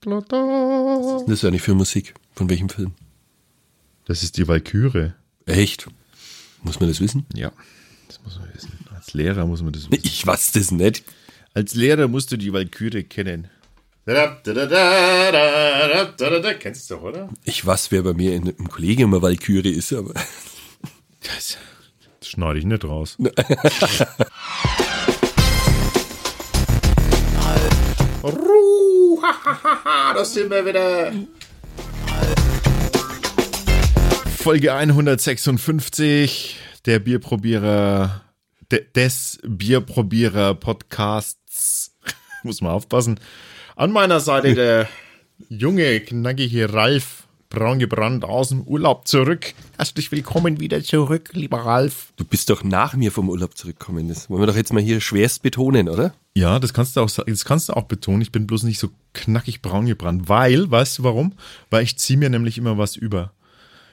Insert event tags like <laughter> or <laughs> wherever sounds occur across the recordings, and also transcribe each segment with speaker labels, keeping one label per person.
Speaker 1: Das
Speaker 2: Das ist eigentlich für Musik. Von welchem Film?
Speaker 1: ist die Walküre.
Speaker 2: Echt? Muss man das wissen?
Speaker 1: Ja, das muss man wissen. Als Lehrer muss man das
Speaker 2: Nee,
Speaker 1: wissen.
Speaker 2: Ich weiß das nicht.
Speaker 1: Als Lehrer musst du die Walküre kennen. Kennst du doch, oder?
Speaker 2: Ich weiß, wer bei mir in, im Kollege immer Valkyrie ist, aber
Speaker 1: Das schneide ich nicht raus. Ruh, das sind wir wieder. Folge 156 der Bierprobierer, de, des Bierprobierer Podcasts. Muss man aufpassen. An meiner Seite der junge, knackige Ralf, braun gebrannt aus dem Urlaub zurück. Herzlich willkommen wieder zurück, lieber Ralf.
Speaker 2: du bist doch nach mir vom Urlaub zurückgekommen. Das wollen wir doch jetzt mal hier schwerst betonen, oder?
Speaker 1: Ja, das kannst du auch, sa- das kannst du auch betonen. Ich bin bloß nicht so knackig braun gebrannt, weil, weißt du warum? Weil ich ziehe mir nämlich immer was über.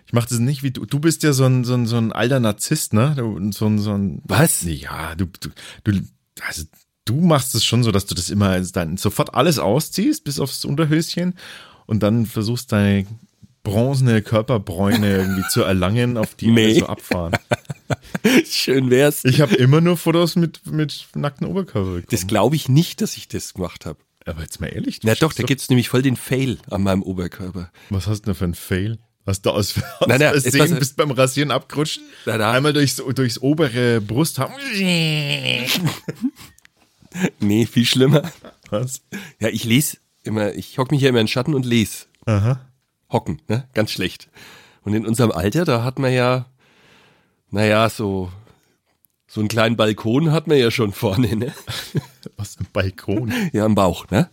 Speaker 1: Ich mache das nicht wie du. Du bist ja so ein, so ein, so ein alter Narzisst, ne? Du- So ein, so ein,
Speaker 2: Was?
Speaker 1: ja, du, du, du, also du machst es schon so, dass du das immer als dann sofort alles ausziehst, bis aufs Unterhöschen und dann versuchst deine bronzene Körperbräune irgendwie zu erlangen, auf die
Speaker 2: Nee.
Speaker 1: alle so abfahren.
Speaker 2: <laughs> Schön wär's.
Speaker 1: Ich habe immer nur Fotos mit, mit nackten Oberkörper.
Speaker 2: Das
Speaker 1: bekommen.
Speaker 2: glaube ich nicht, dass ich das gemacht habe.
Speaker 1: Aber jetzt mal ehrlich. du
Speaker 2: Na doch,
Speaker 1: schickst
Speaker 2: da gibt's nämlich voll den Fail an meinem Oberkörper.
Speaker 1: Was hast du denn für ein Fail? Hast du aus, <laughs> aus
Speaker 2: Nein, nein, jetzt pass
Speaker 1: Versehen
Speaker 2: auf.
Speaker 1: bist beim Rasieren abgerutscht?
Speaker 2: Nein, nein.
Speaker 1: Einmal durchs, durchs obere Brusthaar.
Speaker 2: Nee, viel schlimmer.
Speaker 1: Was?
Speaker 2: Ja, ich lese immer, ich hock mich ja immer in den Schatten und lese.
Speaker 1: Aha.
Speaker 2: Hocken, ne? Ganz schlecht. Und in unserem Alter, da hat man ja, naja, so, so einen kleinen Balkon hat man ja schon vorne, ne?
Speaker 1: Was ein
Speaker 2: <laughs>
Speaker 1: Balkon.
Speaker 2: Ja, im Bauch, ne?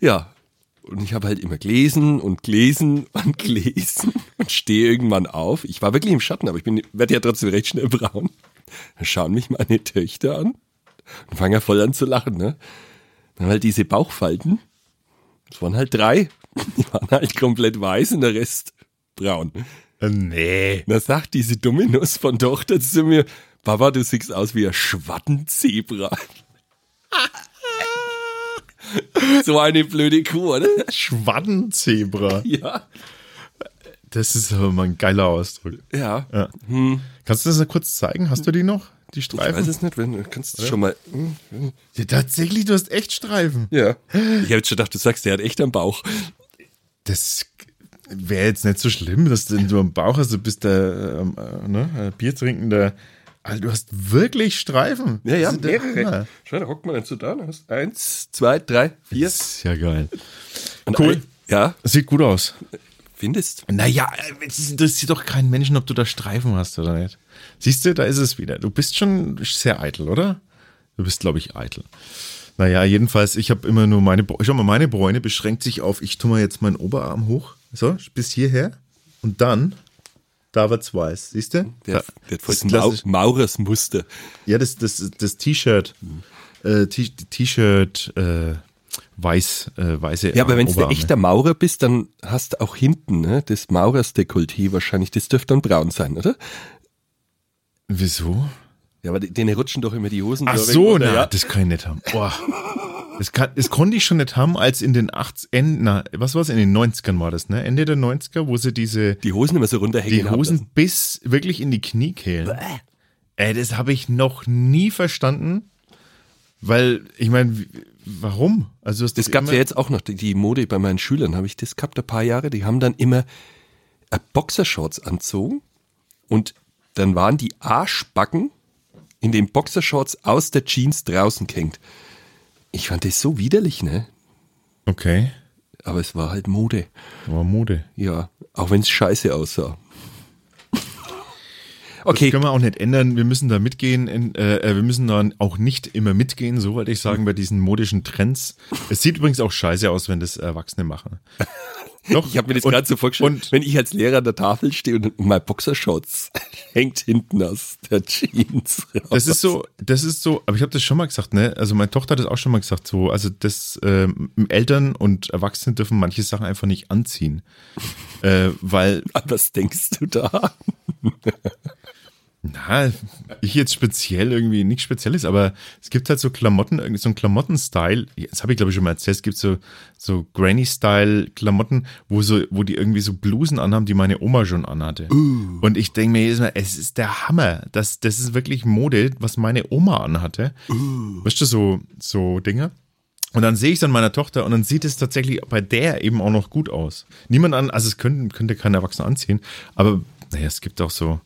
Speaker 2: Ja. Und ich habe halt immer gelesen und gelesen und gelesen und stehe irgendwann auf. Ich war wirklich im Schatten, aber ich bin werde ja trotzdem recht schnell braun. Dann schauen mich meine Töchter an und fangen ja voll an zu lachen, ne? Dann halt diese Bauchfalten. Das waren halt drei. Die waren halt komplett weiß und der Rest braun.
Speaker 1: Äh, nee.
Speaker 2: Da sagt diese Dominus von Tochter zu mir, Papa, du siehst aus wie ein Schwattenzebra. so eine blöde Kuh, oder?
Speaker 1: Schwaddenzebra.
Speaker 2: Ja.
Speaker 1: Das ist aber mal ein geiler Ausdruck.
Speaker 2: Ja.
Speaker 1: Ja. Kannst du das noch kurz zeigen? Hast du die noch? Die
Speaker 2: Hm. Ich weiß
Speaker 1: Streifen?
Speaker 2: es nicht, wenn du kannst es schon mal.
Speaker 1: Ja, tatsächlich, du hast echt Streifen.
Speaker 2: Ja. Ich habe jetzt schon gedacht, du sagst, der hat echt am Bauch.
Speaker 1: Das wäre jetzt nicht so schlimm, dass du nur am Bauch hast, du bist der ähm, äh, ne, äh, Biertrinkender. Alter, Also, du hast wirklich Streifen. Das ist der Hammer.
Speaker 2: Schau, da hockt man dazu da. und hast Eins, zwei, drei, vier.
Speaker 1: Das ist ja geil.
Speaker 2: Und
Speaker 1: cool.
Speaker 2: ein- Ja,
Speaker 1: Sieht gut aus.
Speaker 2: findest.
Speaker 1: Naja, das interessiert doch keinen Menschen, ob du da Streifen hast oder nicht. Siehst du, da ist es wieder. Du bist schon sehr eitel, oder? Du bist, glaube ich, eitel. Naja, jedenfalls, ich habe immer nur meine Bräune. Schau mal, meine Bräune beschränkt sich auf, ich tue mal jetzt meinen Oberarm hoch. So, bis hierher. Und dann, da wird's weiß. Siehst du?
Speaker 2: Der,
Speaker 1: Da-
Speaker 2: der hat voll
Speaker 1: das
Speaker 2: ein Mau
Speaker 1: klassisch-
Speaker 2: Maurersmuster.
Speaker 1: Ja, das, das, das T-Shirt.
Speaker 2: Mhm.
Speaker 1: Äh, T- T-Shirt, äh, weiß, äh, weiße.
Speaker 2: Ja, aber wenn du
Speaker 1: Oberarme.
Speaker 2: echter Maurer bist, dann hast du auch hinten ne, das Maurersdekolleté wahrscheinlich. Das dürfte dann braun sein, oder?
Speaker 1: Wieso?
Speaker 2: Ja, aber die- denen rutschen doch immer die Hosen.
Speaker 1: Ach
Speaker 2: durch,
Speaker 1: so,
Speaker 2: oder?
Speaker 1: na,
Speaker 2: Ja.
Speaker 1: das kann ich nicht haben. Boah. <laughs> Das, kann, das konnte ich schon nicht haben, als in den 80ern, na, was war's, in den 90ern war das, ne? Ende der 90er, wo sie diese,
Speaker 2: Die Hosen immer so runterhängen.
Speaker 1: die
Speaker 2: haben
Speaker 1: Hosen
Speaker 2: lassen.
Speaker 1: bis wirklich in die Knie kehlen. Ey, das habe ich noch nie verstanden, weil, ich meine, wie- warum? Also, das,
Speaker 2: Das gab's ja jetzt auch noch, die, die Mode bei meinen Schülern, habe ich das gehabt, ein paar Jahre, die haben dann immer äh, Boxershorts anzogen und dann waren die Arschbacken in den Boxershorts aus der Jeans draußen gehängt. Ich fand das so widerlich, ne?
Speaker 1: Okay,
Speaker 2: Aber es war halt Mode.
Speaker 1: war Mode.
Speaker 2: Ja, auch wenn es
Speaker 1: <laughs>
Speaker 2: scheiße aussah. Okay,
Speaker 1: Das können wir auch nicht ändern. Wir müssen da mitgehen. In, äh, äh, wir müssen da auch nicht immer mitgehen, so wollte ich sagen, bei diesen modischen Trends. Es sieht übrigens auch scheiße aus, wenn das Erwachsene machen. Doch,
Speaker 2: <laughs> ich habe mir das
Speaker 1: und-
Speaker 2: gerade so vorgestellt,
Speaker 1: Und
Speaker 2: wenn ich als Lehrer an der Tafel stehe und mein Boxershorts <laughs> hängt hinten aus der Jeans raus.
Speaker 1: das ist so, das ist so, aber ich habe das schon mal gesagt, ne? Also meine Tochter hat das auch schon mal gesagt, so, also das ähm, Eltern und Erwachsene dürfen manche Sachen einfach nicht anziehen. äh, weil
Speaker 2: An was denkst du da?
Speaker 1: Na, ich jetzt speziell irgendwie nichts Spezielles, aber es gibt halt so Klamotten, irgendwie so einen Klamotten-Style. Das habe ich glaube ich schon mal erzählt. Es gibt so, so Granny-Style-Klamotten, wo, so, wo die irgendwie so Blusen anhaben, die meine Oma schon anhatte. Und ich denke mir jedes Mal, es ist der Hammer. Das, das ist wirklich Mode, was meine Oma anhatte. Weißt du, so, so Dinge. Und dann sehe ich es an meiner Tochter und dann sieht es tatsächlich bei der eben auch noch gut aus. Niemand an, also es könnte, könnte kein Erwachsener anziehen, aber naja, es gibt auch so,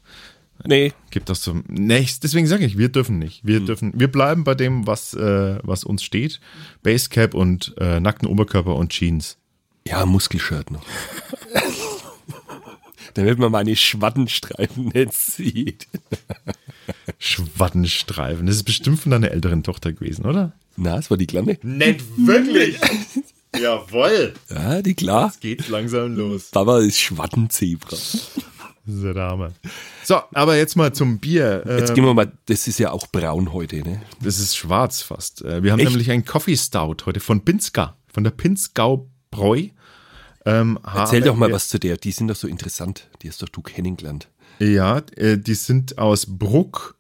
Speaker 2: Nee.
Speaker 1: gibt das zum nächsten. Deswegen sage ich, wir dürfen nicht. Wir dürfen, wir bleiben bei dem, was, äh, was uns steht. Basecap und äh, nackten Oberkörper und Jeans.
Speaker 2: Ja,
Speaker 1: <laughs>
Speaker 2: Muskelshirt noch. Damit man meine Schwattenstreifen nicht sieht.
Speaker 1: Schwattenstreifen. Das ist bestimmt von deiner älteren Tochter gewesen, oder?
Speaker 2: Na, es war die Kleine.
Speaker 1: Nett, wirklich. <laughs> Jawoll.
Speaker 2: Ja, die klar.
Speaker 1: Geht langsam los.
Speaker 2: Baba ist Schwattenzebra.
Speaker 1: Das ist der Dame. So, aber jetzt mal zum Bier. Äh,
Speaker 2: Jetzt gehen wir mal, das ist ja auch braun heute, ne?
Speaker 1: das ist schwarz fast. Äh, wir haben nämlich einen Coffee Stout heute von Pinska, von der Pinskau Bräu. Ähm,
Speaker 2: Erzähl
Speaker 1: haben
Speaker 2: doch mal
Speaker 1: wir-
Speaker 2: was zu der, die sind doch so interessant. Die ist doch du kennengelernt.
Speaker 1: Ja, äh, die sind aus Bruck,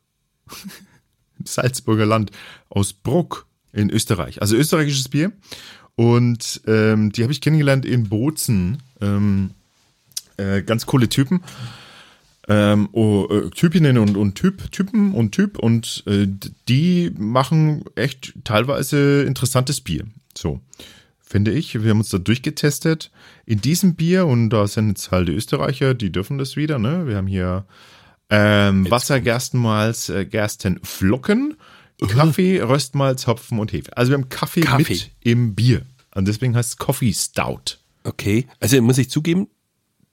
Speaker 1: <laughs> Salzburger Land, aus Bruck in Österreich. Also österreichisches Bier. Und ähm, die habe ich kennengelernt in Bozen. Ähm, äh, ganz coole Typen. Ähm, oh, äh, Typinnen und, und Typ, Typen und Typ. Und äh, d- die machen echt teilweise interessantes Bier. So, finde ich. Wir haben uns da durchgetestet. In diesem Bier, und da sind jetzt halt die Österreicher, die dürfen das wieder. Ne? Wir haben hier ähm, Wassergerstenmalz, äh, Gerstenflocken, Kaffee, Röstmalz, Hopfen und Hefe. Also wir haben Kaffee,
Speaker 2: Kaffee.
Speaker 1: mit im Bier. Und deswegen heißt es Coffee Stout.
Speaker 2: Okay, also muss ich zugeben,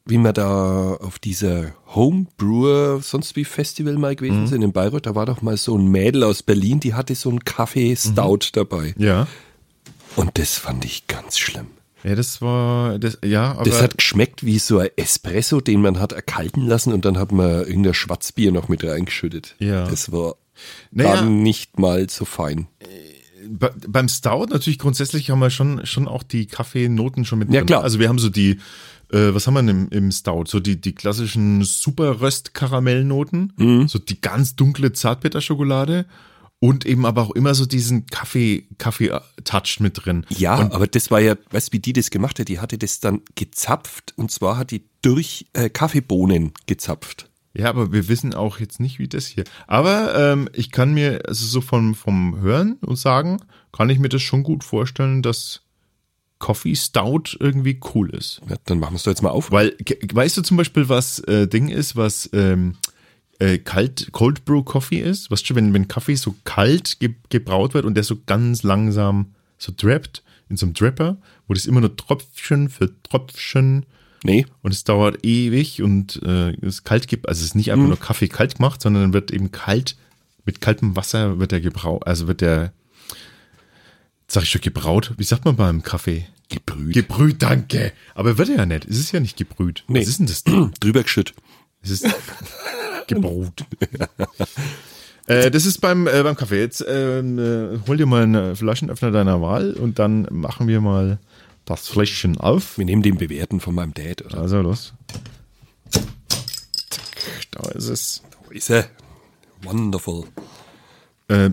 Speaker 2: wie wir da auf dieser Homebrewer sonst wie Festival mal gewesen
Speaker 1: Mhm.
Speaker 2: sind in Bayreuth, da war doch mal so ein Mädel aus Berlin, die hatte so einen Kaffee-Stout
Speaker 1: Mhm.
Speaker 2: dabei.
Speaker 1: Ja.
Speaker 2: Und das fand ich ganz schlimm.
Speaker 1: Ja, das war, das, ja, aber
Speaker 2: Das hat geschmeckt wie so ein Espresso, den man hat erkalten lassen und dann hat man irgendein Schwarzbier noch mit reingeschüttet.
Speaker 1: Ja.
Speaker 2: Das war
Speaker 1: Naja.
Speaker 2: dann nicht mal so fein.
Speaker 1: Be beim Stout natürlich grundsätzlich haben wir schon, schon auch die Kaffeenoten schon mit
Speaker 2: Ja,
Speaker 1: drin.
Speaker 2: klar.
Speaker 1: Also wir haben so die, äh, was haben wir denn im, im Stout? So die, die klassischen Superröst-Karamellnoten,
Speaker 2: Mhm.
Speaker 1: so die ganz dunkle Zartbitterschokolade und eben aber auch immer so diesen Kaffee, Kaffee-Touch mit drin.
Speaker 2: Ja, aber das war ja, weißt du, wie die das gemacht hat? Die hatte das dann gezapft und zwar hat die durch äh, Kaffeebohnen gezapft.
Speaker 1: Ja, aber wir wissen auch jetzt nicht, wie das hier. Aber ähm, ich kann mir, also so vom, vom Hören und Sagen, kann ich mir das schon gut vorstellen, dass Coffee Stout irgendwie cool ist.
Speaker 2: Ja, dann machen wir es doch jetzt mal auf.
Speaker 1: Weil, ge- weißt du zum Beispiel, was äh, Ding ist, was ähm, äh, kalt, Cold Brew Coffee ist? Weißt du, wenn, wenn Kaffee so kalt ge gebraut wird und der so ganz langsam so drappt, in so einem Dripper, wo das immer nur Tröpfchen für Tröpfchen
Speaker 2: Nee.
Speaker 1: und es dauert ewig und äh, es kalt gibt, also es ist nicht
Speaker 2: Mhm.
Speaker 1: einfach nur Kaffee kalt gemacht, sondern dann wird eben kalt, mit kaltem Wasser wird der gebraut, also wird der, sag ich schon gebraut, wie sagt man beim Kaffee?
Speaker 2: Gebrüht.
Speaker 1: Gebrüht, danke. Aber wird er ja nicht. Es ist ja nicht gebrüht.
Speaker 2: Nee.
Speaker 1: Was ist denn das denn?
Speaker 2: <clears throat> Drüber geschüttet.
Speaker 1: Es
Speaker 2: <laughs>
Speaker 1: ist gebrüht. äh, das ist beim, äh, beim Kaffee. Jetzt ähm, äh, hol dir mal einen Flaschenöffner deiner Wahl und dann machen wir mal das Fläschchen auf.
Speaker 2: Wir nehmen den bewährten von meinem Dad, oder?
Speaker 1: Also los. Zack, da ist es.
Speaker 2: Wo ist er? Wonderful.
Speaker 1: Äh,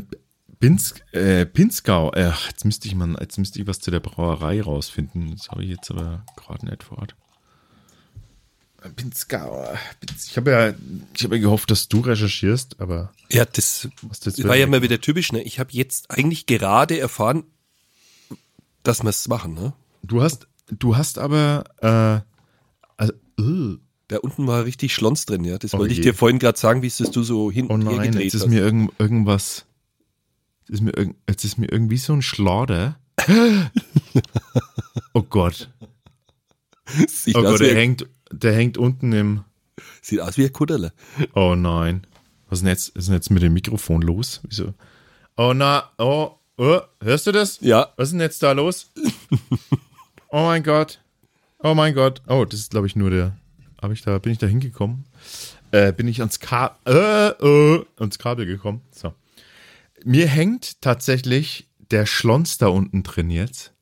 Speaker 1: Pinsk, äh, Pinskau. Ach, jetzt müsste ich mal, jetzt müsste ich was zu der Brauerei rausfinden. Das habe ich jetzt aber gerade nicht vor Ort. Äh, Pinskau. Pins- Ich habe ja, ich habe ja gehofft, dass du recherchierst, aber
Speaker 2: Ja, das
Speaker 1: Was das
Speaker 2: war ja
Speaker 1: wird.
Speaker 2: mal wieder typisch, ne? Ich habe jetzt eigentlich gerade erfahren, dass wir es machen, ne?
Speaker 1: du hast, du hast aber, äh, also, äh,
Speaker 2: Da unten war richtig Schlons drin, ja. Das
Speaker 1: Oh
Speaker 2: wollte ich
Speaker 1: je.
Speaker 2: dir vorhin gerade sagen, wie es das du so hinten
Speaker 1: oh
Speaker 2: her
Speaker 1: nein,
Speaker 2: gedreht
Speaker 1: jetzt ist
Speaker 2: hast.
Speaker 1: mir irgend, irgendwas, jetzt ist mir, irgend, jetzt ist mir irgendwie so ein <laughs> Schlader. oh Gott.
Speaker 2: <laughs> sieht,
Speaker 1: Oh
Speaker 2: aus
Speaker 1: Gott,
Speaker 2: wie,
Speaker 1: der
Speaker 2: ein-
Speaker 1: hängt, der hängt unten im.
Speaker 2: sieht aus wie ein Kudderle.
Speaker 1: Oh nein. Was ist denn jetzt, was ist denn jetzt mit dem Mikrofon los? Wieso? Oh na, oh, oh, hörst du das?
Speaker 2: Ja,
Speaker 1: Was ist denn jetzt da los? oh mein Gott. Oh mein Gott. Oh, das ist, glaube ich, nur der. Hab ich da, bin ich da hingekommen? Äh, bin ich ans, Ka äh, äh, ans Kabel gekommen? So. Mir hängt tatsächlich der Schlons da unten drin jetzt.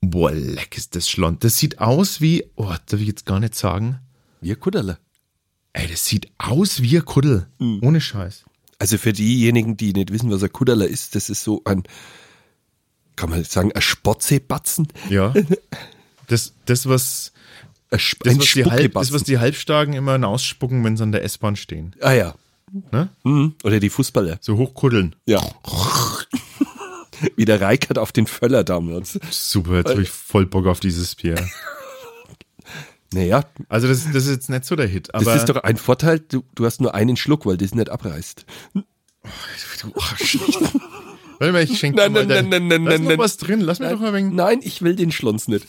Speaker 1: Boah, leck ist das Schlons. Das sieht aus wie, oh, darf ich jetzt gar nicht sagen.
Speaker 2: wie ein Kudderle.
Speaker 1: Ey, das sieht aus wie ein Kuddel. Ohne Scheiß.
Speaker 2: Also für diejenigen, die nicht wissen, was ein Kudderler ist, das ist so ein, kann man sagen, ein Spotzebatzen?
Speaker 1: Ja. Das, das was,
Speaker 2: Ein, Sp
Speaker 1: das,
Speaker 2: ein
Speaker 1: was die, Halb, das,
Speaker 2: Spuckelbatzen.
Speaker 1: was die Halbstarken immer ausspucken, wenn sie an der S-Bahn stehen.
Speaker 2: ah ja.
Speaker 1: Ne?
Speaker 2: Mhm. Oder die Fußballer.
Speaker 1: So hochkuddeln.
Speaker 2: Ja. <laughs> Wie der Reikert auf den Völler damals.
Speaker 1: Super, jetzt habe ich voll Bock auf dieses Bier.
Speaker 2: Naja,
Speaker 1: Also das, das ist jetzt nicht so der Hit, aber
Speaker 2: das ist doch ein Vorteil, du, du hast nur einen Schluck, weil das nicht abreißt.
Speaker 1: Oh, warte mal, ich schenke dir
Speaker 2: Nein,
Speaker 1: mal
Speaker 2: nein,
Speaker 1: dein-
Speaker 2: nein, nein,
Speaker 1: Lass
Speaker 2: nein,
Speaker 1: noch
Speaker 2: nein.
Speaker 1: was drin, lass mir doch mal wegen.
Speaker 2: Nein, ich will den Schlons nicht.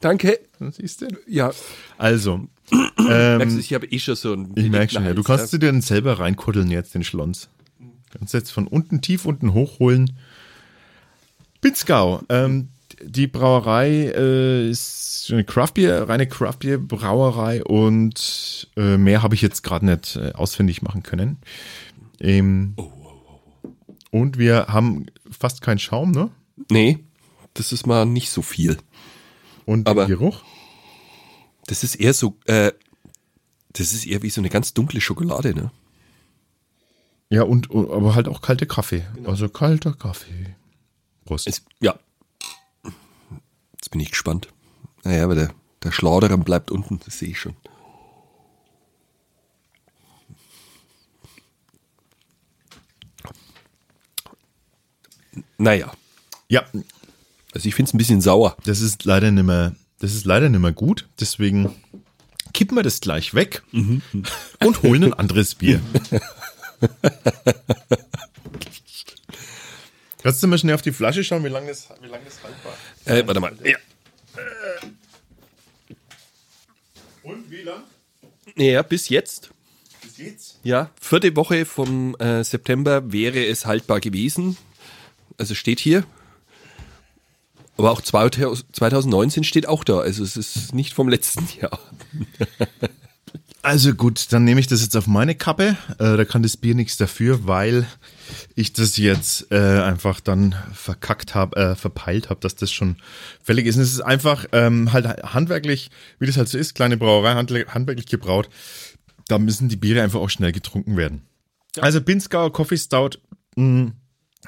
Speaker 2: Danke.
Speaker 1: Siehst du?
Speaker 2: Ja,
Speaker 1: Also,
Speaker 2: merkst
Speaker 1: ähm,
Speaker 2: du, ich habe eh schon so einen.
Speaker 1: ich merke schon, ja,
Speaker 2: Hals,
Speaker 1: du kannst dir den selber reinkuddeln jetzt, den Schlons. Kannst jetzt von unten tief unten hochholen. Pinzgau, ähm, die Brauerei äh, ist eine Craftbier, reine Craftbier Brauerei und äh, mehr habe ich jetzt gerade nicht äh, ausfindig machen können. Ähm,
Speaker 2: Oh,
Speaker 1: Und wir haben fast keinen Schaum, ne?
Speaker 2: Nee, das ist mal nicht so viel.
Speaker 1: Und
Speaker 2: Aber-
Speaker 1: Geruch?
Speaker 2: Das ist eher so, äh, das ist eher wie so eine ganz dunkle Schokolade, ne?
Speaker 1: Ja, und, und aber halt auch kalter Kaffee. Also kalter Kaffee. Prost.
Speaker 2: Genau. Es, ja. Jetzt bin ich gespannt. Naja, aber der, der Schlauderer bleibt unten, das sehe ich schon. Naja,
Speaker 1: ja,
Speaker 2: also ich finde es ein bisschen sauer.
Speaker 1: das ist leider nicht mehr, das ist leider nicht mehr gut. Deswegen kippen wir das gleich weg und holen ein anderes Bier. Kannst du mal schnell auf die Flasche schauen, wie lange das, wie lang das haltbar ist?
Speaker 2: Äh, warte mal. Ja,
Speaker 1: Und wie lang?
Speaker 2: ja, bis jetzt
Speaker 1: Bis jetzt?
Speaker 2: Ja, vierte Woche vom äh, September wäre es haltbar gewesen. Also steht hier. Aber auch 2019 steht auch da. Also es ist nicht vom letzten <laughs> Jahr.
Speaker 1: Also gut, dann nehme ich das jetzt auf meine Kappe. Äh, da kann das Bier nichts dafür, weil ich das jetzt äh, einfach dann verkackt habe, äh, verpeilt habe, dass das schon fällig ist. Und es ist einfach ähm, halt handwerklich, wie das halt so ist, kleine Brauerei, handle- handwerklich gebraut. Da müssen die Biere einfach auch schnell getrunken werden. Also Binsgauer Coffee Stout mh,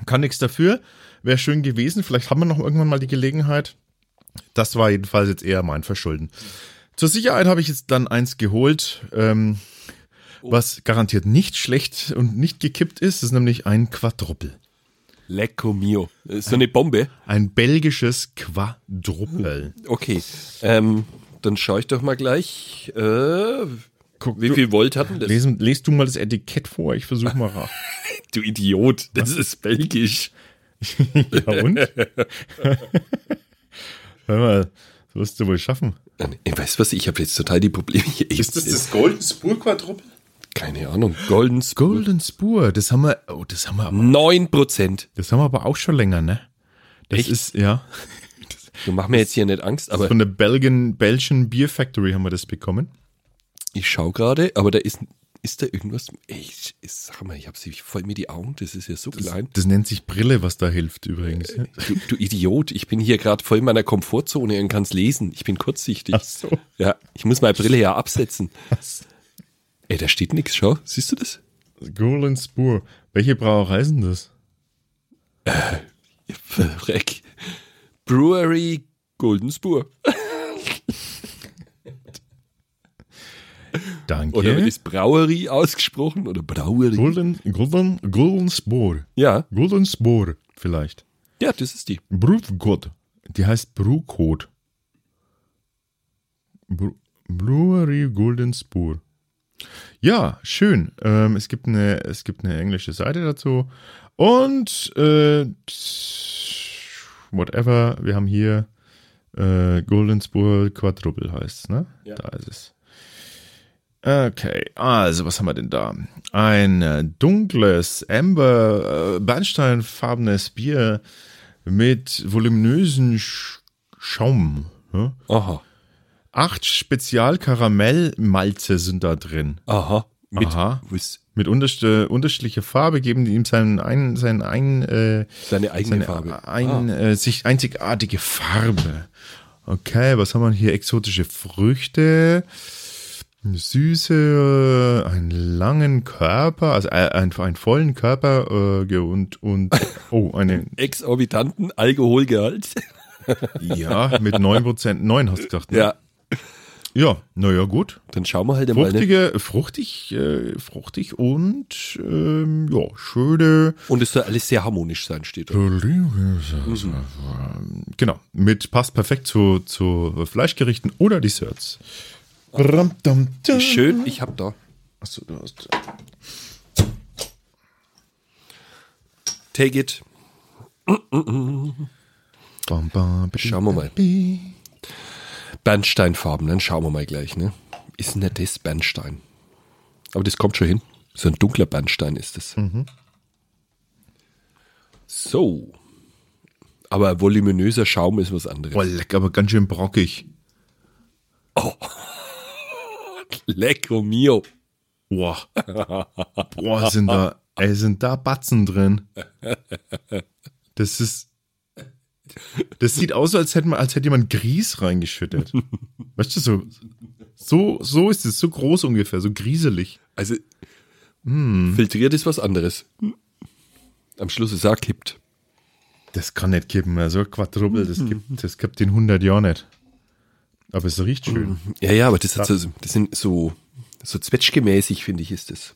Speaker 1: kann nichts dafür. Wäre schön gewesen. Vielleicht haben wir noch irgendwann mal die Gelegenheit. Das war jedenfalls jetzt eher mein Verschulden. Zur Sicherheit habe ich jetzt dann eins geholt, ähm, was garantiert nicht schlecht und nicht gekippt ist. Das ist nämlich ein Quadruppel.
Speaker 2: Lecco mio. Das ist Äh, so eine Bombe.
Speaker 1: Ein belgisches Quadruppel.
Speaker 2: Okay. Ähm, dann schaue ich doch mal gleich. Äh,
Speaker 1: Guck,
Speaker 2: wie
Speaker 1: du-
Speaker 2: viel Volt hatten das?
Speaker 1: Les, lest du mal das Etikett vor, ich versuche <laughs> mal raus.
Speaker 2: Du Idiot. Das ist belgisch.
Speaker 1: Ja, <laughs> und? Hör mal, das wirst du wohl schaffen.
Speaker 2: Äh, Ich weiß was, ich habe jetzt total die Probleme hier. Ich,
Speaker 1: Golden Spur Quadruppel?
Speaker 2: keine Ahnung. Golden Skull.
Speaker 1: Golden Spur, das haben wir, oh, das haben wir, aber-
Speaker 2: 9%.
Speaker 1: das haben wir aber auch schon länger, ne? Das
Speaker 2: Echt?
Speaker 1: ist, ja.
Speaker 2: Du mach mir jetzt hier nicht Angst, aber
Speaker 1: Von der Belgian, Belgian Beer Factory haben wir das bekommen.
Speaker 2: Ich schaue gerade, aber da ist, ist da irgendwas. Ey, ich, ich, sag mal, ich habe sie voll mir die Augen, das ist ja so klein.
Speaker 1: Das nennt sich Brille, was da hilft übrigens. ne?
Speaker 2: Du, du Idiot, ich bin hier gerade voll in meiner Komfortzone und kann's lesen. Ich bin kurzsichtig.
Speaker 1: Ach so.
Speaker 2: Ja, ich muss meine Brille ja
Speaker 1: <laughs>
Speaker 2: absetzen. Ey, da steht nichts, schau. Siehst du das?
Speaker 1: Golden Spur. Welche Brauerei ist denn das?
Speaker 2: Verreck. Brewery Golden Spur.
Speaker 1: Danke.
Speaker 2: Oder wird ist Brauerie ausgesprochen? Oder Brauerie?
Speaker 1: Golden, Golden, Golden Spur.
Speaker 2: Ja,
Speaker 1: Golden Spur vielleicht.
Speaker 2: ja, das ist die.
Speaker 1: Brewgott. Die heißt Brewcode. Bru- Brewery Golden Spur. Ja, schön. Ähm, es, gibt eine, es gibt eine englische Seite dazu. Und äh, whatever, wir haben hier äh, Golden Spur Quadruple heißt ne?
Speaker 2: Ja.
Speaker 1: Da ist es. Okay, also was haben wir denn da? Ein äh, dunkles, amber, äh, bernsteinfarbenes Bier mit voluminösen Sch Schaum. Ne?
Speaker 2: Aha,
Speaker 1: Acht Spezial-Karamell-Malze sind da drin.
Speaker 2: aha. Mit,
Speaker 1: Aha.
Speaker 2: Was,
Speaker 1: Mit unterste- unterschiedlicher Farbe geben die ihm seinen ein, seinen ein, äh,
Speaker 2: seine eigene
Speaker 1: seine
Speaker 2: Farbe. Ah.
Speaker 1: Ein, äh, sich einzigartige Farbe. Okay, was haben wir hier? Exotische Früchte. eine süße, äh, einen langen Körper, also äh, einen, einen vollen Körper äh, ge- und, und oh, eine,
Speaker 2: Exorbitanten Alkoholgehalt.
Speaker 1: ja, mit 9%, 9 hast du gesagt. ne?
Speaker 2: Ja,
Speaker 1: Ja, naja, gut.
Speaker 2: dann schauen wir halt mal. Ne?
Speaker 1: Fruchtige, fruchtig, äh, fruchtig und ähm, ja, schöne.
Speaker 2: Und es soll alles sehr harmonisch sein, steht da. Mhm.
Speaker 1: Genau, mit passt perfekt zu, zu Fleischgerichten oder Desserts. Bram, dam, dam.
Speaker 2: Schön, ich hab da.
Speaker 1: Achso, du hast.
Speaker 2: Take it.
Speaker 1: Bam, bam,
Speaker 2: Schauen wir mal. Bernsteinfarben, dann schauen wir mal gleich, ne? Ist denn das Bernstein? Aber das kommt schon hin. So ein dunkler Bernstein ist es. So. Aber voluminöser Schaum ist was anderes.
Speaker 1: Boah, leck, aber ganz schön brockig.
Speaker 2: Lecco mio.
Speaker 1: Boah. <laughs> Boah, sind da, ey, sind da Batzen drin. Das ist. Das sieht aus, als hätte, man, als hätte jemand Grieß reingeschüttet. Weißt du, so, so, so ist es, so groß ungefähr, so grieselig.
Speaker 2: Also, filtriert ist was anderes. Am Schluss ist er kippt.
Speaker 1: Das kann nicht kippen, mehr, so ein Quadruppel, das gibt, das gibt in 100 Jahren nicht. Aber es riecht schön.
Speaker 2: Ja, ja, aber das, hat so, das sind so, so zwetschgemäßig, finde ich, ist das.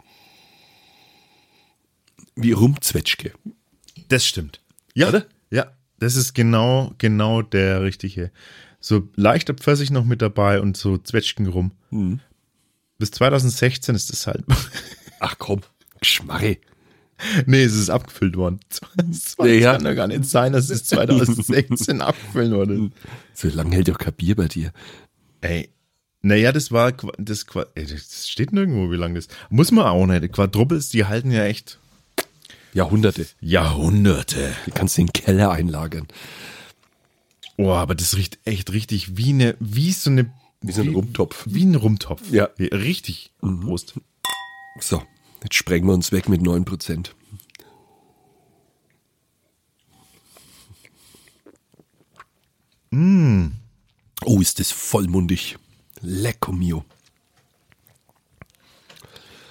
Speaker 2: Wie Rumzwetschge.
Speaker 1: Das stimmt. Ja,
Speaker 2: Oder?
Speaker 1: ja. Das ist genau, genau der richtige. So leichter Pfirsich noch mit dabei und so Zwetschgen rum. Bis 2016 ist das halt. <laughs>
Speaker 2: Ach komm, Geschmarre.
Speaker 1: nee, es ist abgefüllt worden. <laughs> Das
Speaker 2: Ja, ja.
Speaker 1: kann doch gar nicht sein, dass es 2016 abgefüllt wurde.
Speaker 2: Mhm. So lange hält doch kein Bier bei dir.
Speaker 1: Ey. Naja, das war, Qua- das, Qua- ey, das steht nirgendwo, wie lang das Muss man auch nicht. Quadruples, die halten ja echt
Speaker 2: Jahrhunderte.
Speaker 1: Jahrhunderte.
Speaker 2: Du kannst den Keller einlagern.
Speaker 1: Oh, aber das riecht echt richtig wie eine, wie so eine. Wie
Speaker 2: so ein Rumtopf.
Speaker 1: Wie ein Rumtopf.
Speaker 2: Ja. Mhm.
Speaker 1: Richtig. Prost.
Speaker 2: So, jetzt sprengen wir uns weg mit 9%. Mm. Oh, ist das vollmundig. Lecco mio.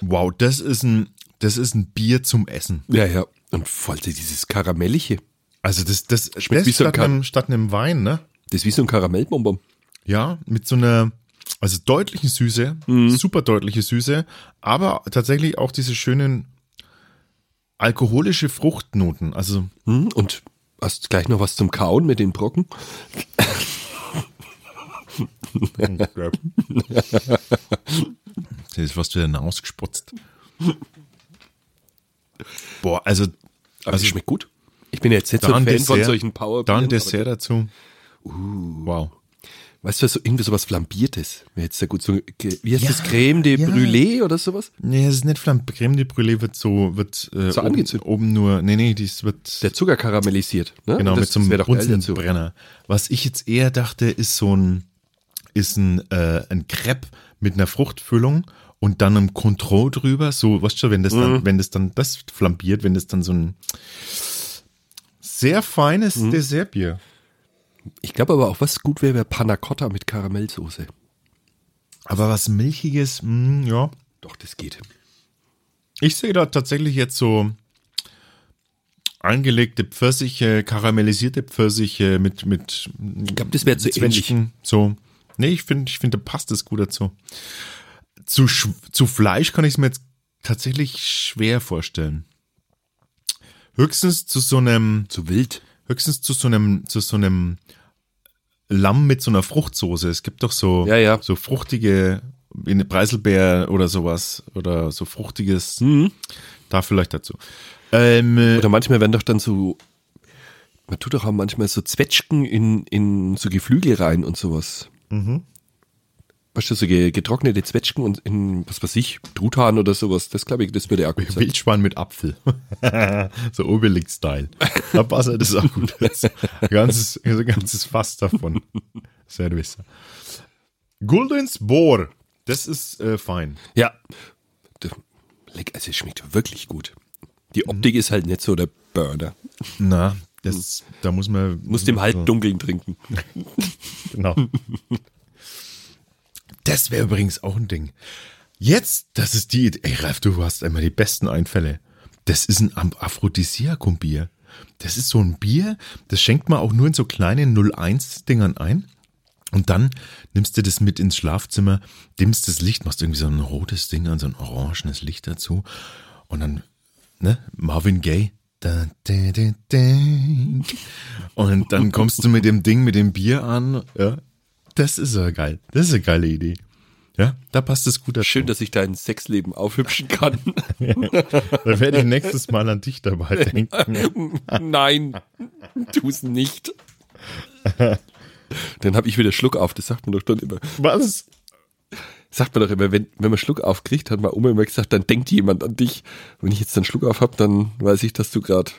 Speaker 1: Wow, das ist ein, das ist ein Bier zum Essen.
Speaker 2: Ja, ja. Und voll dieses Karamellige.
Speaker 1: Also das, das
Speaker 2: Schmeckt
Speaker 1: das
Speaker 2: wie so ein
Speaker 1: statt,
Speaker 2: Ka-
Speaker 1: einem, statt einem Wein, ne?
Speaker 2: Das ist wie so ein Karamellbonbon.
Speaker 1: Ja, mit so einer, also deutlichen Süße,
Speaker 2: Mhm.
Speaker 1: super deutliche Süße, aber tatsächlich auch diese schönen alkoholische Fruchtnoten. Also
Speaker 2: Hm, Und hast gleich noch was zum Kauen mit den Brocken? Also
Speaker 1: das <laughs> ist was wieder hinausgesputzt. Boah, also,
Speaker 2: Aber also,
Speaker 1: also
Speaker 2: schmeckt gut. Ich bin jetzt nicht so
Speaker 1: dann
Speaker 2: ein Fan von
Speaker 1: Dessert,
Speaker 2: solchen power
Speaker 1: dann Dessert dazu.
Speaker 2: Uh.
Speaker 1: wow.
Speaker 2: Weißt du, so, irgendwie sowas Flambiertes. Wäre jetzt sehr gut so, ge- wie heißt
Speaker 1: Ja,
Speaker 2: das, Creme de
Speaker 1: ja.
Speaker 2: Brûlée oder sowas?
Speaker 1: Nee, es ist nicht Flambe. Creme de Brûlée wird so, wird äh,
Speaker 2: So
Speaker 1: oben,
Speaker 2: angezündet.
Speaker 1: oben nur, nee, nee, dies wird
Speaker 2: Der Zucker karamellisiert. Ne?
Speaker 1: genau
Speaker 2: das,
Speaker 1: mit so einem
Speaker 2: das wär doch geil dazu.
Speaker 1: Bunsenbrenner. Was ich jetzt eher dachte, ist so ein, ist ein, äh, ein Crepe mit einer Fruchtfüllung und dann einem Control drüber. So, weißt du, wenn das
Speaker 2: Mhm.
Speaker 1: dann, wenn das dann, das flambiert, wenn das dann so ein sehr feines
Speaker 2: Mhm.
Speaker 1: Dessertbier.
Speaker 2: Ich glaube aber auch, was gut wäre, wäre Panna Cotta mit Karamellsoße.
Speaker 1: Aber was Milchiges, mh, ja.
Speaker 2: Doch, das geht.
Speaker 1: Ich sehe da tatsächlich jetzt so angelegte Pfirsiche, karamellisierte Pfirsiche mit, mit
Speaker 2: Ich glaube, das wäre zu ähnlich.
Speaker 1: Zwetschgen. So. Nee, ich finde, ich finde, da passt es gut dazu. Zu, Sch zu Fleisch kann ich es mir jetzt tatsächlich schwer vorstellen. Höchstens zu so einem,
Speaker 2: Zu wild.
Speaker 1: höchstens zu so einem, zu so einem Lamm mit so einer Fruchtsoße. Es gibt doch so,
Speaker 2: Ja, ja.
Speaker 1: so fruchtige, wie eine Preiselbeer oder sowas, oder so fruchtiges,
Speaker 2: Mhm.
Speaker 1: da vielleicht dazu. Ähm, äh,
Speaker 2: Oder manchmal werden doch dann so, man tut doch auch manchmal so Zwetschgen in, in so Geflügel rein und sowas. Weißt du, so ge- getrocknete Zwetschgen und in, was weiß ich, Truthahn oder sowas. Das glaube ich, das würde auch gut sein.
Speaker 1: Wildschwein mit Apfel. <laughs> so Obelix-Style. Da passt halt das auch gut. <laughs> dazu. ganzes, also ganzes Fass davon. Service. Guldens Bohr. Das ist äh, fein.
Speaker 2: Ja. D- Leck, also es schmeckt wirklich gut. Die Optik ist halt nicht so der Burner.
Speaker 1: Na, das, da muss <laughs> man.
Speaker 2: Muss dem halt dunkeln trinken.
Speaker 1: Genau. Das wäre übrigens auch ein Ding. Jetzt, das ist die Idee. Ey, Ralf, du hast einmal die besten Einfälle. Das ist ein Am- Aphrodisiakum-Bier. Das ist so ein Bier, das schenkt man auch nur in so kleinen 01-Dingern ein. Und dann nimmst du das mit ins Schlafzimmer, dimmst das Licht, machst irgendwie so ein rotes Ding an, so ein orangenes Licht dazu. Und dann, ne, Marvin Gaye. Da, da, da, da. Und dann kommst du mit dem Ding, mit dem Bier an. Ja, das ist ja geil. Das ist eine geile Idee. Ja, da passt es gut dazu.
Speaker 2: Schön, dass ich dein Sexleben aufhübschen kann.
Speaker 1: Dann werde ich nächstes Mal an dich dabei denken.
Speaker 2: Nein, tu's nicht. Dann habe ich wieder Schluck auf, das sagt man doch dann immer.
Speaker 1: Was?
Speaker 2: Sagt man doch immer, wenn, wenn man Schluck aufkriegt, hat man Oma immer gesagt, dann denkt jemand an dich. Wenn ich jetzt dann Schluck auf habe, dann weiß ich, dass du gerade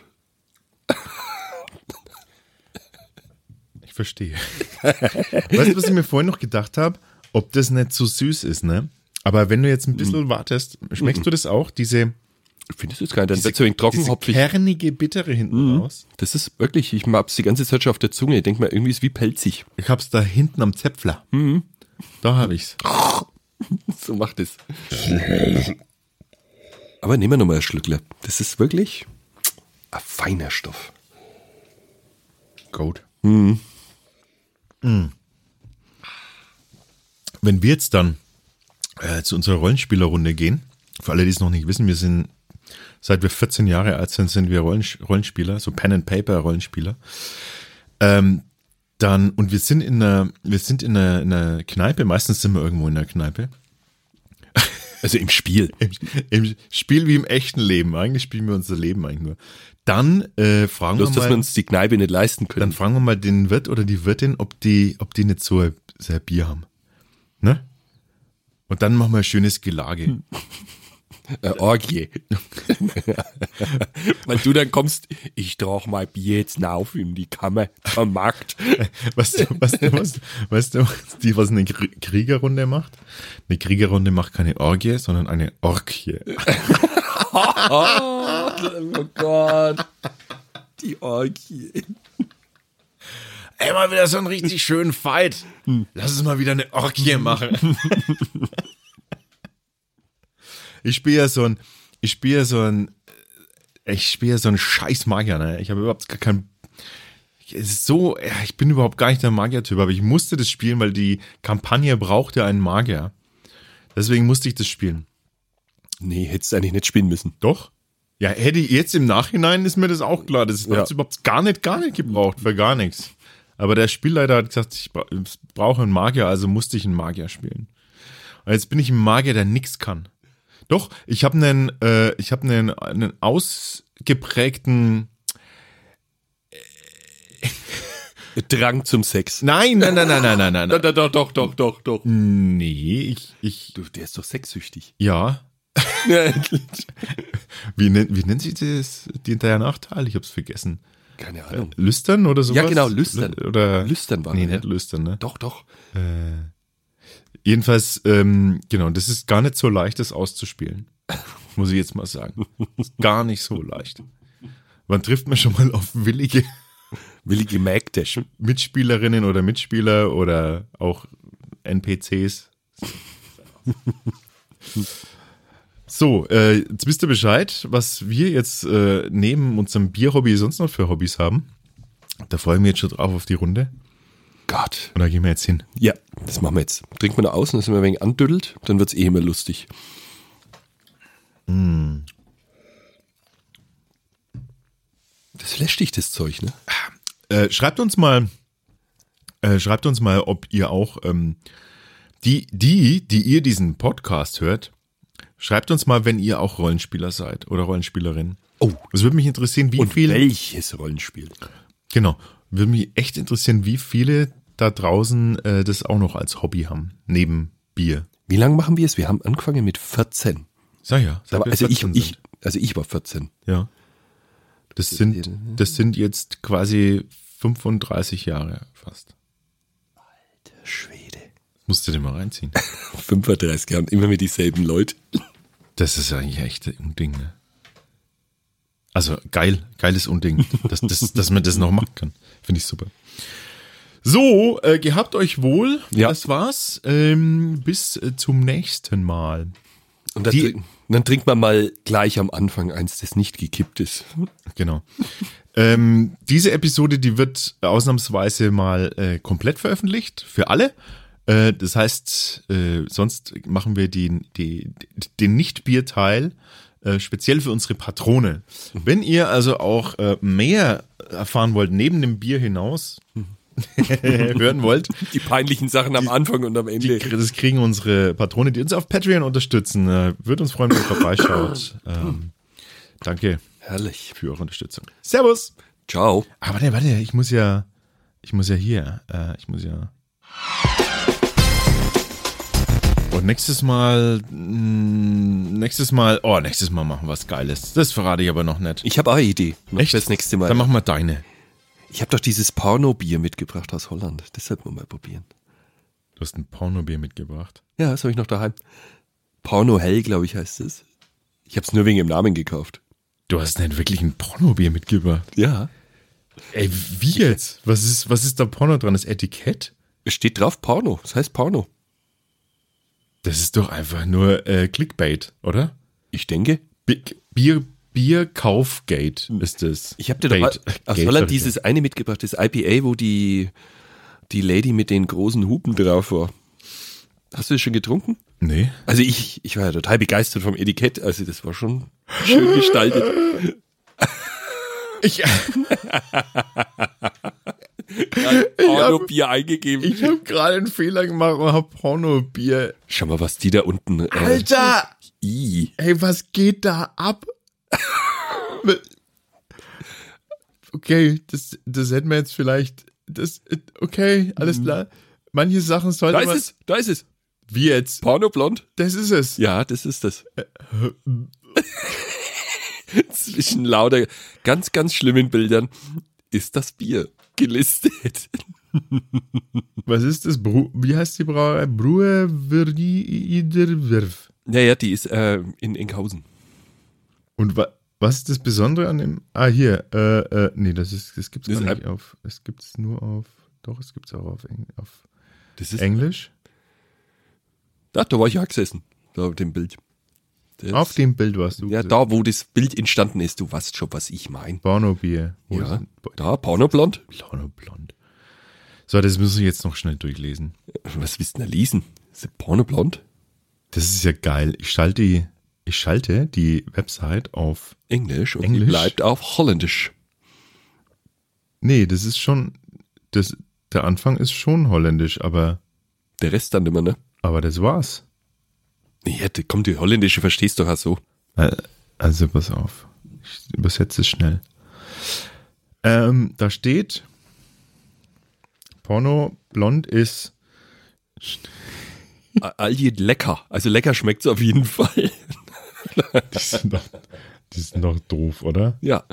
Speaker 1: Ich verstehe. <laughs> weißt du, was ich mir vorhin noch gedacht habe? Ob das nicht zu süß ist, ne? Aber wenn du jetzt ein
Speaker 2: Mhm.
Speaker 1: bisschen wartest, schmeckst du das auch? Diese,
Speaker 2: Findest du es geil? Dann
Speaker 1: diese,
Speaker 2: wird's wegen trocken,
Speaker 1: diese
Speaker 2: hopfig. Mhm.
Speaker 1: kernige Bittere hinten raus?
Speaker 2: Das ist wirklich, ich hab's die ganze Zeit schon auf der Zunge. Ich denk mal, irgendwie ist wie pelzig. <laughs>
Speaker 1: Ich hab's da hinten am Zäpfler.
Speaker 2: Mhm.
Speaker 1: Da habe ich's.
Speaker 2: So macht es. Aber nehmen wir nochmal ein Schlückle. Das ist wirklich ein feiner Stoff.
Speaker 1: Goat. Mhm. Wenn wir jetzt dann äh, zu unserer Rollenspielerrunde gehen, für alle, die es noch nicht wissen, wir sind, seit wir 14 Jahre alt sind, sind wir Rollens Rollenspieler, so Pen and Paper Rollenspieler. Ähm, dann, und wir sind in einer, wir sind in einer, in einer Kneipe, meistens sind wir irgendwo in einer Kneipe.
Speaker 2: Also im Spiel.
Speaker 1: Im, Im Spiel wie im echten Leben. Eigentlich spielen wir unser Leben eigentlich nur. Dann äh, fragen
Speaker 2: Bloß,
Speaker 1: wir
Speaker 2: dass
Speaker 1: mal.
Speaker 2: wir uns die Kneipe nicht leisten
Speaker 1: Dann
Speaker 2: können.
Speaker 1: fragen wir mal den Wirt oder die Wirtin, ob die, ob die nicht so ein, so ein Bier haben. Ne? Und dann machen wir ein schönes Gelage.
Speaker 2: Äh, Orgie. Weil du dann kommst, ich trage mein Bier jetzt auf in die Kammer am Markt.
Speaker 1: <laughs> Weißt du, weißt du, was, weißt du, was die, was eine Krie- Kriegerrunde macht? Eine Kriegerrunde macht keine Orgie, sondern eine Orkie.
Speaker 2: Oh Gott. Die Orgie.
Speaker 1: Ey, mal wieder so einen richtig schönen Fight. Lass uns mal wieder eine Orgie machen. <laughs> ich spiele ja so ein, ich spiele ja so ein, ich spiele ja so ein scheiß Magier, ne? Ich habe überhaupt gar keinen, es ist so, ja, ich bin überhaupt gar nicht der Magier-Typ, aber ich musste das spielen, weil die Kampagne brauchte einen Magier. Deswegen musste ich das spielen.
Speaker 2: Nee, hättest du eigentlich nicht spielen müssen.
Speaker 1: Doch? Ja, hätte ich jetzt im Nachhinein ist mir das auch klar. Das
Speaker 2: Ja.
Speaker 1: hat's überhaupt gar nicht, gar nicht gebraucht, für gar nichts. Aber der Spielleiter hat gesagt, ich bra- ich brauche einen Magier, also musste ich einen Magier spielen. Und jetzt bin ich ein Magier, der nichts kann. Doch, ich habe einen, äh, ich habe einen, einen ausgeprägten.
Speaker 2: Drang zum Sex.
Speaker 1: Nein, nein, nein, nein, nein, nein, nein.
Speaker 2: Doch, doch, doch, doch, doch, doch.
Speaker 1: Nee, ich, ich,
Speaker 2: Du, der ist doch sexsüchtig. <laughs>
Speaker 1: ja.
Speaker 2: Keine
Speaker 1: Wie, nennt- wie nennt sich das, die, der Nachteil? Ich hab's vergessen.
Speaker 2: Ahnung.
Speaker 1: Lüstern oder sowas?
Speaker 2: Ja, genau, lüstern.
Speaker 1: Oder,
Speaker 2: Lüstern war
Speaker 1: nee,
Speaker 2: er, ja.
Speaker 1: nicht lüstern, ne?
Speaker 2: Doch, doch.
Speaker 1: Jedenfalls, ähm, genau, das ist gar nicht so leicht, das <laughs> auszuspielen. Muss ich jetzt mal sagen. Ist gar nicht so leicht. Wann trifft man schon mal auf willige
Speaker 2: Willige Mägde.
Speaker 1: Mitspielerinnen oder Mitspieler oder auch NPCs? So, äh, jetzt wisst ihr Bescheid, was wir jetzt äh, neben unserem Bierhobby sonst noch für Hobbys haben. Da freue ich mich jetzt schon drauf auf die Runde.
Speaker 2: Gott.
Speaker 1: Und da gehen wir jetzt hin.
Speaker 2: Ja, das machen wir jetzt. Trinken wir nach außen, dass wir ein wenig andüdelt, dann wird's eh immer lustig. Mm. Das läscht dich, das Zeug, ne?
Speaker 1: Äh, schreibt uns mal, äh, schreibt uns mal, ob ihr auch ähm, die, die, die ihr diesen Podcast hört, schreibt uns mal, wenn ihr auch Rollenspieler seid oder Rollenspielerin.
Speaker 2: Oh.
Speaker 1: Es würde mich interessieren, wie
Speaker 2: Und
Speaker 1: viele.
Speaker 2: welches Rollenspiel?
Speaker 1: Genau, würde mich echt interessieren, wie viele da draußen äh, das auch noch als Hobby haben neben Bier.
Speaker 2: Wie lange machen wir es? Wir haben angefangen mit 14.
Speaker 1: Sag ja. seit
Speaker 2: Aber,
Speaker 1: wir
Speaker 2: also, ich,
Speaker 1: 14
Speaker 2: ich,
Speaker 1: sind.
Speaker 2: also ich war 14.
Speaker 1: ja. Das sind, das sind jetzt quasi 35 Jahre fast.
Speaker 2: Schwede.
Speaker 1: Musst du dir mal reinziehen.
Speaker 2: 35 Jahre und immer mit dieselben Leute.
Speaker 1: Das ist eigentlich echt ein Unding, ne? <laughs> Also geil, geiles Unding, dass, dass, dass man das noch machen kann. Finde ich super. So, äh, gehabt euch wohl.
Speaker 2: Ja.
Speaker 1: Das war's. Ähm, bis äh, zum nächsten Mal.
Speaker 2: Und dann,
Speaker 1: Die-
Speaker 2: trink- dann trinkt man mal gleich am Anfang eins, das nicht gekippt ist.
Speaker 1: Genau. ähm, diese Episode, die wird ausnahmsweise mal äh, komplett veröffentlicht für alle. Äh, das heißt, äh, sonst machen wir den, die, den Nicht-Bier-Teil äh, speziell für unsere Patrone. Wenn ihr also auch äh, mehr erfahren wollt, neben dem Bier hinaus <laughs> hören wollt,
Speaker 2: Die peinlichen Sachen am Anfang und am Ende.
Speaker 1: die, das kriegen unsere Patrone, die uns auf Patreon unterstützen. Äh, würde uns freuen, wenn ihr vorbeischaut. Ähm, danke
Speaker 2: Herrlich.
Speaker 1: für eure Unterstützung. Servus!
Speaker 2: Ciao.
Speaker 1: Aber warte, warte, ich muss ja, ich muss ja hier, äh, ich muss ja. Und nächstes Mal, mh, nächstes Mal, oh, nächstes Mal machen wir was Geiles. Das verrate ich aber noch nicht.
Speaker 2: Ich habe auch eine Idee. Mach Das nächste Mal.
Speaker 1: Dann machen wir deine.
Speaker 2: ich habe doch dieses Porno-Bier mitgebracht aus Holland. Das sollten wir mal probieren.
Speaker 1: Du hast ein Pornobier mitgebracht.
Speaker 2: Ja, das habe ich noch daheim. Porno Hell, glaube ich, heißt es. Ich habe es nur wegen dem Namen gekauft.
Speaker 1: Du hast nicht wirklich ein Pornobier mitgebracht.
Speaker 2: Ja.
Speaker 1: Ey, wie jetzt? Was ist, was ist da Porno dran? Das Etikett?
Speaker 2: Es steht drauf Porno. Das heißt Porno.
Speaker 1: Das ist doch einfach nur äh, Clickbait, oder?
Speaker 2: Ich denke.
Speaker 1: Bi- Bier, Bierkaufgate ist das.
Speaker 2: Ich habe dir doch mal
Speaker 1: Bait- Äh,
Speaker 2: aus
Speaker 1: Gate, sag
Speaker 2: Holland
Speaker 1: ich ja.
Speaker 2: dieses eine mitgebracht, das IPA, wo die, die Lady mit den großen Hupen drauf war. Hast du das schon getrunken?
Speaker 1: Nee.
Speaker 2: Also ich, ich war ja total begeistert vom Etikett. Also das war schon schön gestaltet. <laughs>
Speaker 1: Ich,
Speaker 2: Porno-Bier eingegeben.
Speaker 1: ich habe gerade einen Fehler gemacht und habe Pornobier.
Speaker 2: Schau mal, was die da unten... Äh,
Speaker 1: Alter!
Speaker 2: I.
Speaker 1: Ey, was geht da ab? Okay, das, das hätten wir jetzt vielleicht. Das, okay, alles klar. Manche Sachen sollte
Speaker 2: Da ist
Speaker 1: man.
Speaker 2: es, da ist es.
Speaker 1: Wie jetzt?
Speaker 2: Porno-blond.
Speaker 1: Das ist es.
Speaker 2: Ja, das ist das. <laughs> Zwischen lauter, ganz, ganz schlimmen Bildern ist das Bier gelistet.
Speaker 1: Was ist das? Bru Wie heißt die Brauerei? Brue Wirf.
Speaker 2: Naja, die ist äh, in Enkhausen.
Speaker 1: Und wa was ist das Besondere an dem? Ah, hier. Äh, äh, nee, das ist das gibt's
Speaker 2: Das
Speaker 1: gar
Speaker 2: ist
Speaker 1: nicht auf. Es gibt's nur auf. Doch, es gibt's auch auf, Eng auf
Speaker 2: Das ist,
Speaker 1: Englisch.
Speaker 2: da, da war ich ja gesessen, da auf dem Bild. Das-
Speaker 1: Auf dem Bild warst du.
Speaker 2: ja, da, wo das Bild entstanden ist, du weißt schon, was ich meine.
Speaker 1: Pornobier. Wo
Speaker 2: Ja,
Speaker 1: ist denn- Bo-
Speaker 2: da, Pornoblond.
Speaker 1: Pornoblond. So, das müssen wir jetzt noch schnell durchlesen.
Speaker 2: Was willst du denn da lesen? Ist das Pornoblond?
Speaker 1: Das ist ja geil. Ich schalte die, ich schalte die Website auf.
Speaker 2: Englisch und
Speaker 1: Englisch?
Speaker 2: Die bleibt auf Holländisch.
Speaker 1: Nee, das ist schon, das, der Anfang ist schon holländisch, aber,
Speaker 2: Der Rest dann immer, ne?
Speaker 1: aber das war's.
Speaker 2: Ja, die- komm, die Holländische verstehst du ja so.
Speaker 1: Äh, Also pass auf. Ich übersetze es schnell. Ähm, da steht, Porno blond ist, <laughs>
Speaker 2: All je lecker. Also lecker schmeckt's auf jeden <laughs> Fall.
Speaker 1: das ist doch, das ist doch doof, oder?
Speaker 2: Ja.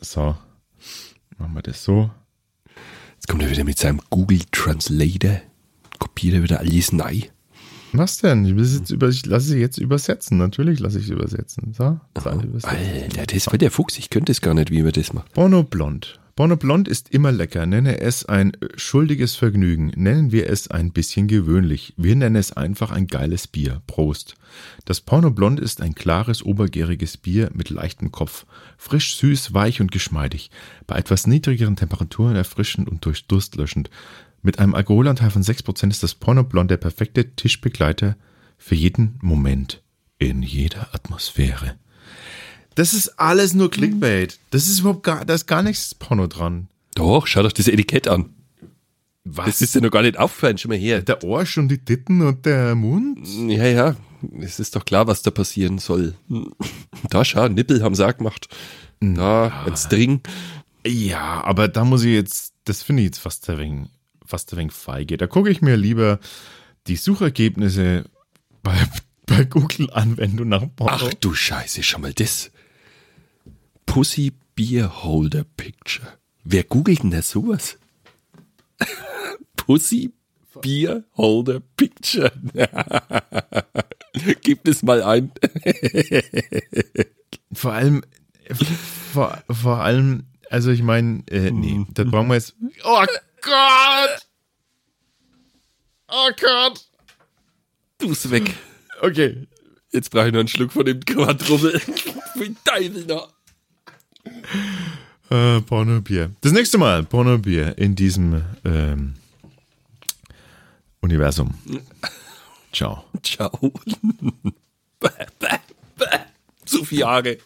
Speaker 1: So, machen wir das so.
Speaker 2: Jetzt kommt er wieder mit seinem Google Translator. Kopiert er wieder all jedes Nei.
Speaker 1: Was denn? Ich, will jetzt über, ich lasse sie jetzt übersetzen. Natürlich lasse ich sie übersetzen. So, Seite übersetzen.
Speaker 2: Alter, das war der Fuchs. Ich könnte es gar nicht, wie man das macht.
Speaker 1: Porno blond. Porno blond ist immer lecker. Nenne es ein äh, schuldiges Vergnügen. Nennen wir es ein bisschen gewöhnlich. Wir nennen es einfach ein geiles Bier. Prost. Das Porno blond ist ein klares, obergäriges Bier mit leichtem Kopf. Frisch, süß, weich und geschmeidig. Bei etwas niedrigeren Temperaturen erfrischend und durch Durst löschend. Mit einem Alkoholanteil von 6% ist das Porno blond der perfekte Tischbegleiter für jeden Moment. In jeder Atmosphäre. Das ist alles
Speaker 2: Mhm.
Speaker 1: nur Clickbait. Das ist überhaupt gar, da ist gar nichts Porno dran.
Speaker 2: Doch, schau doch das Etikett an. Das
Speaker 1: Was?
Speaker 2: ist dir noch gar nicht aufgefallen. Schau mal her.
Speaker 1: der Arsch und die Titten und der Mund?
Speaker 2: Ja, ja. Es ist doch klar, was da passieren soll. Da, schau, Nippel haben sie auch gemacht. Da, ein String.
Speaker 1: Ja, aber da muss ich jetzt, das finde ich jetzt fast ein wenig, fast ein wenig feige. Da gucke ich mir lieber die Suchergebnisse bei, <laughs> bei Google an, wenn du nach Porno.
Speaker 2: Ach du Scheiße, schau mal das. Pussy Beer Holder Picture. Wer googelt denn da sowas? <laughs> Pussy Beer Holder Picture. <laughs> Gib es mal ein.
Speaker 1: Vor allem, vor, vor allem, Also ich meine, äh, nee,
Speaker 2: Mhm.
Speaker 1: das brauchen wir jetzt. Oh Gott! Oh Gott!
Speaker 2: Du bist weg.
Speaker 1: Okay.
Speaker 2: Jetzt brauche ich noch einen Schluck von dem <laughs> Quadruppel. Wie Teufel da.
Speaker 1: Äh, Pornobier. Das nächste Mal Pornobier in diesem ähm, Universum. Ciao.
Speaker 2: <laughs> Ciao. Bäh, bäh, bäh. So viele Jahre.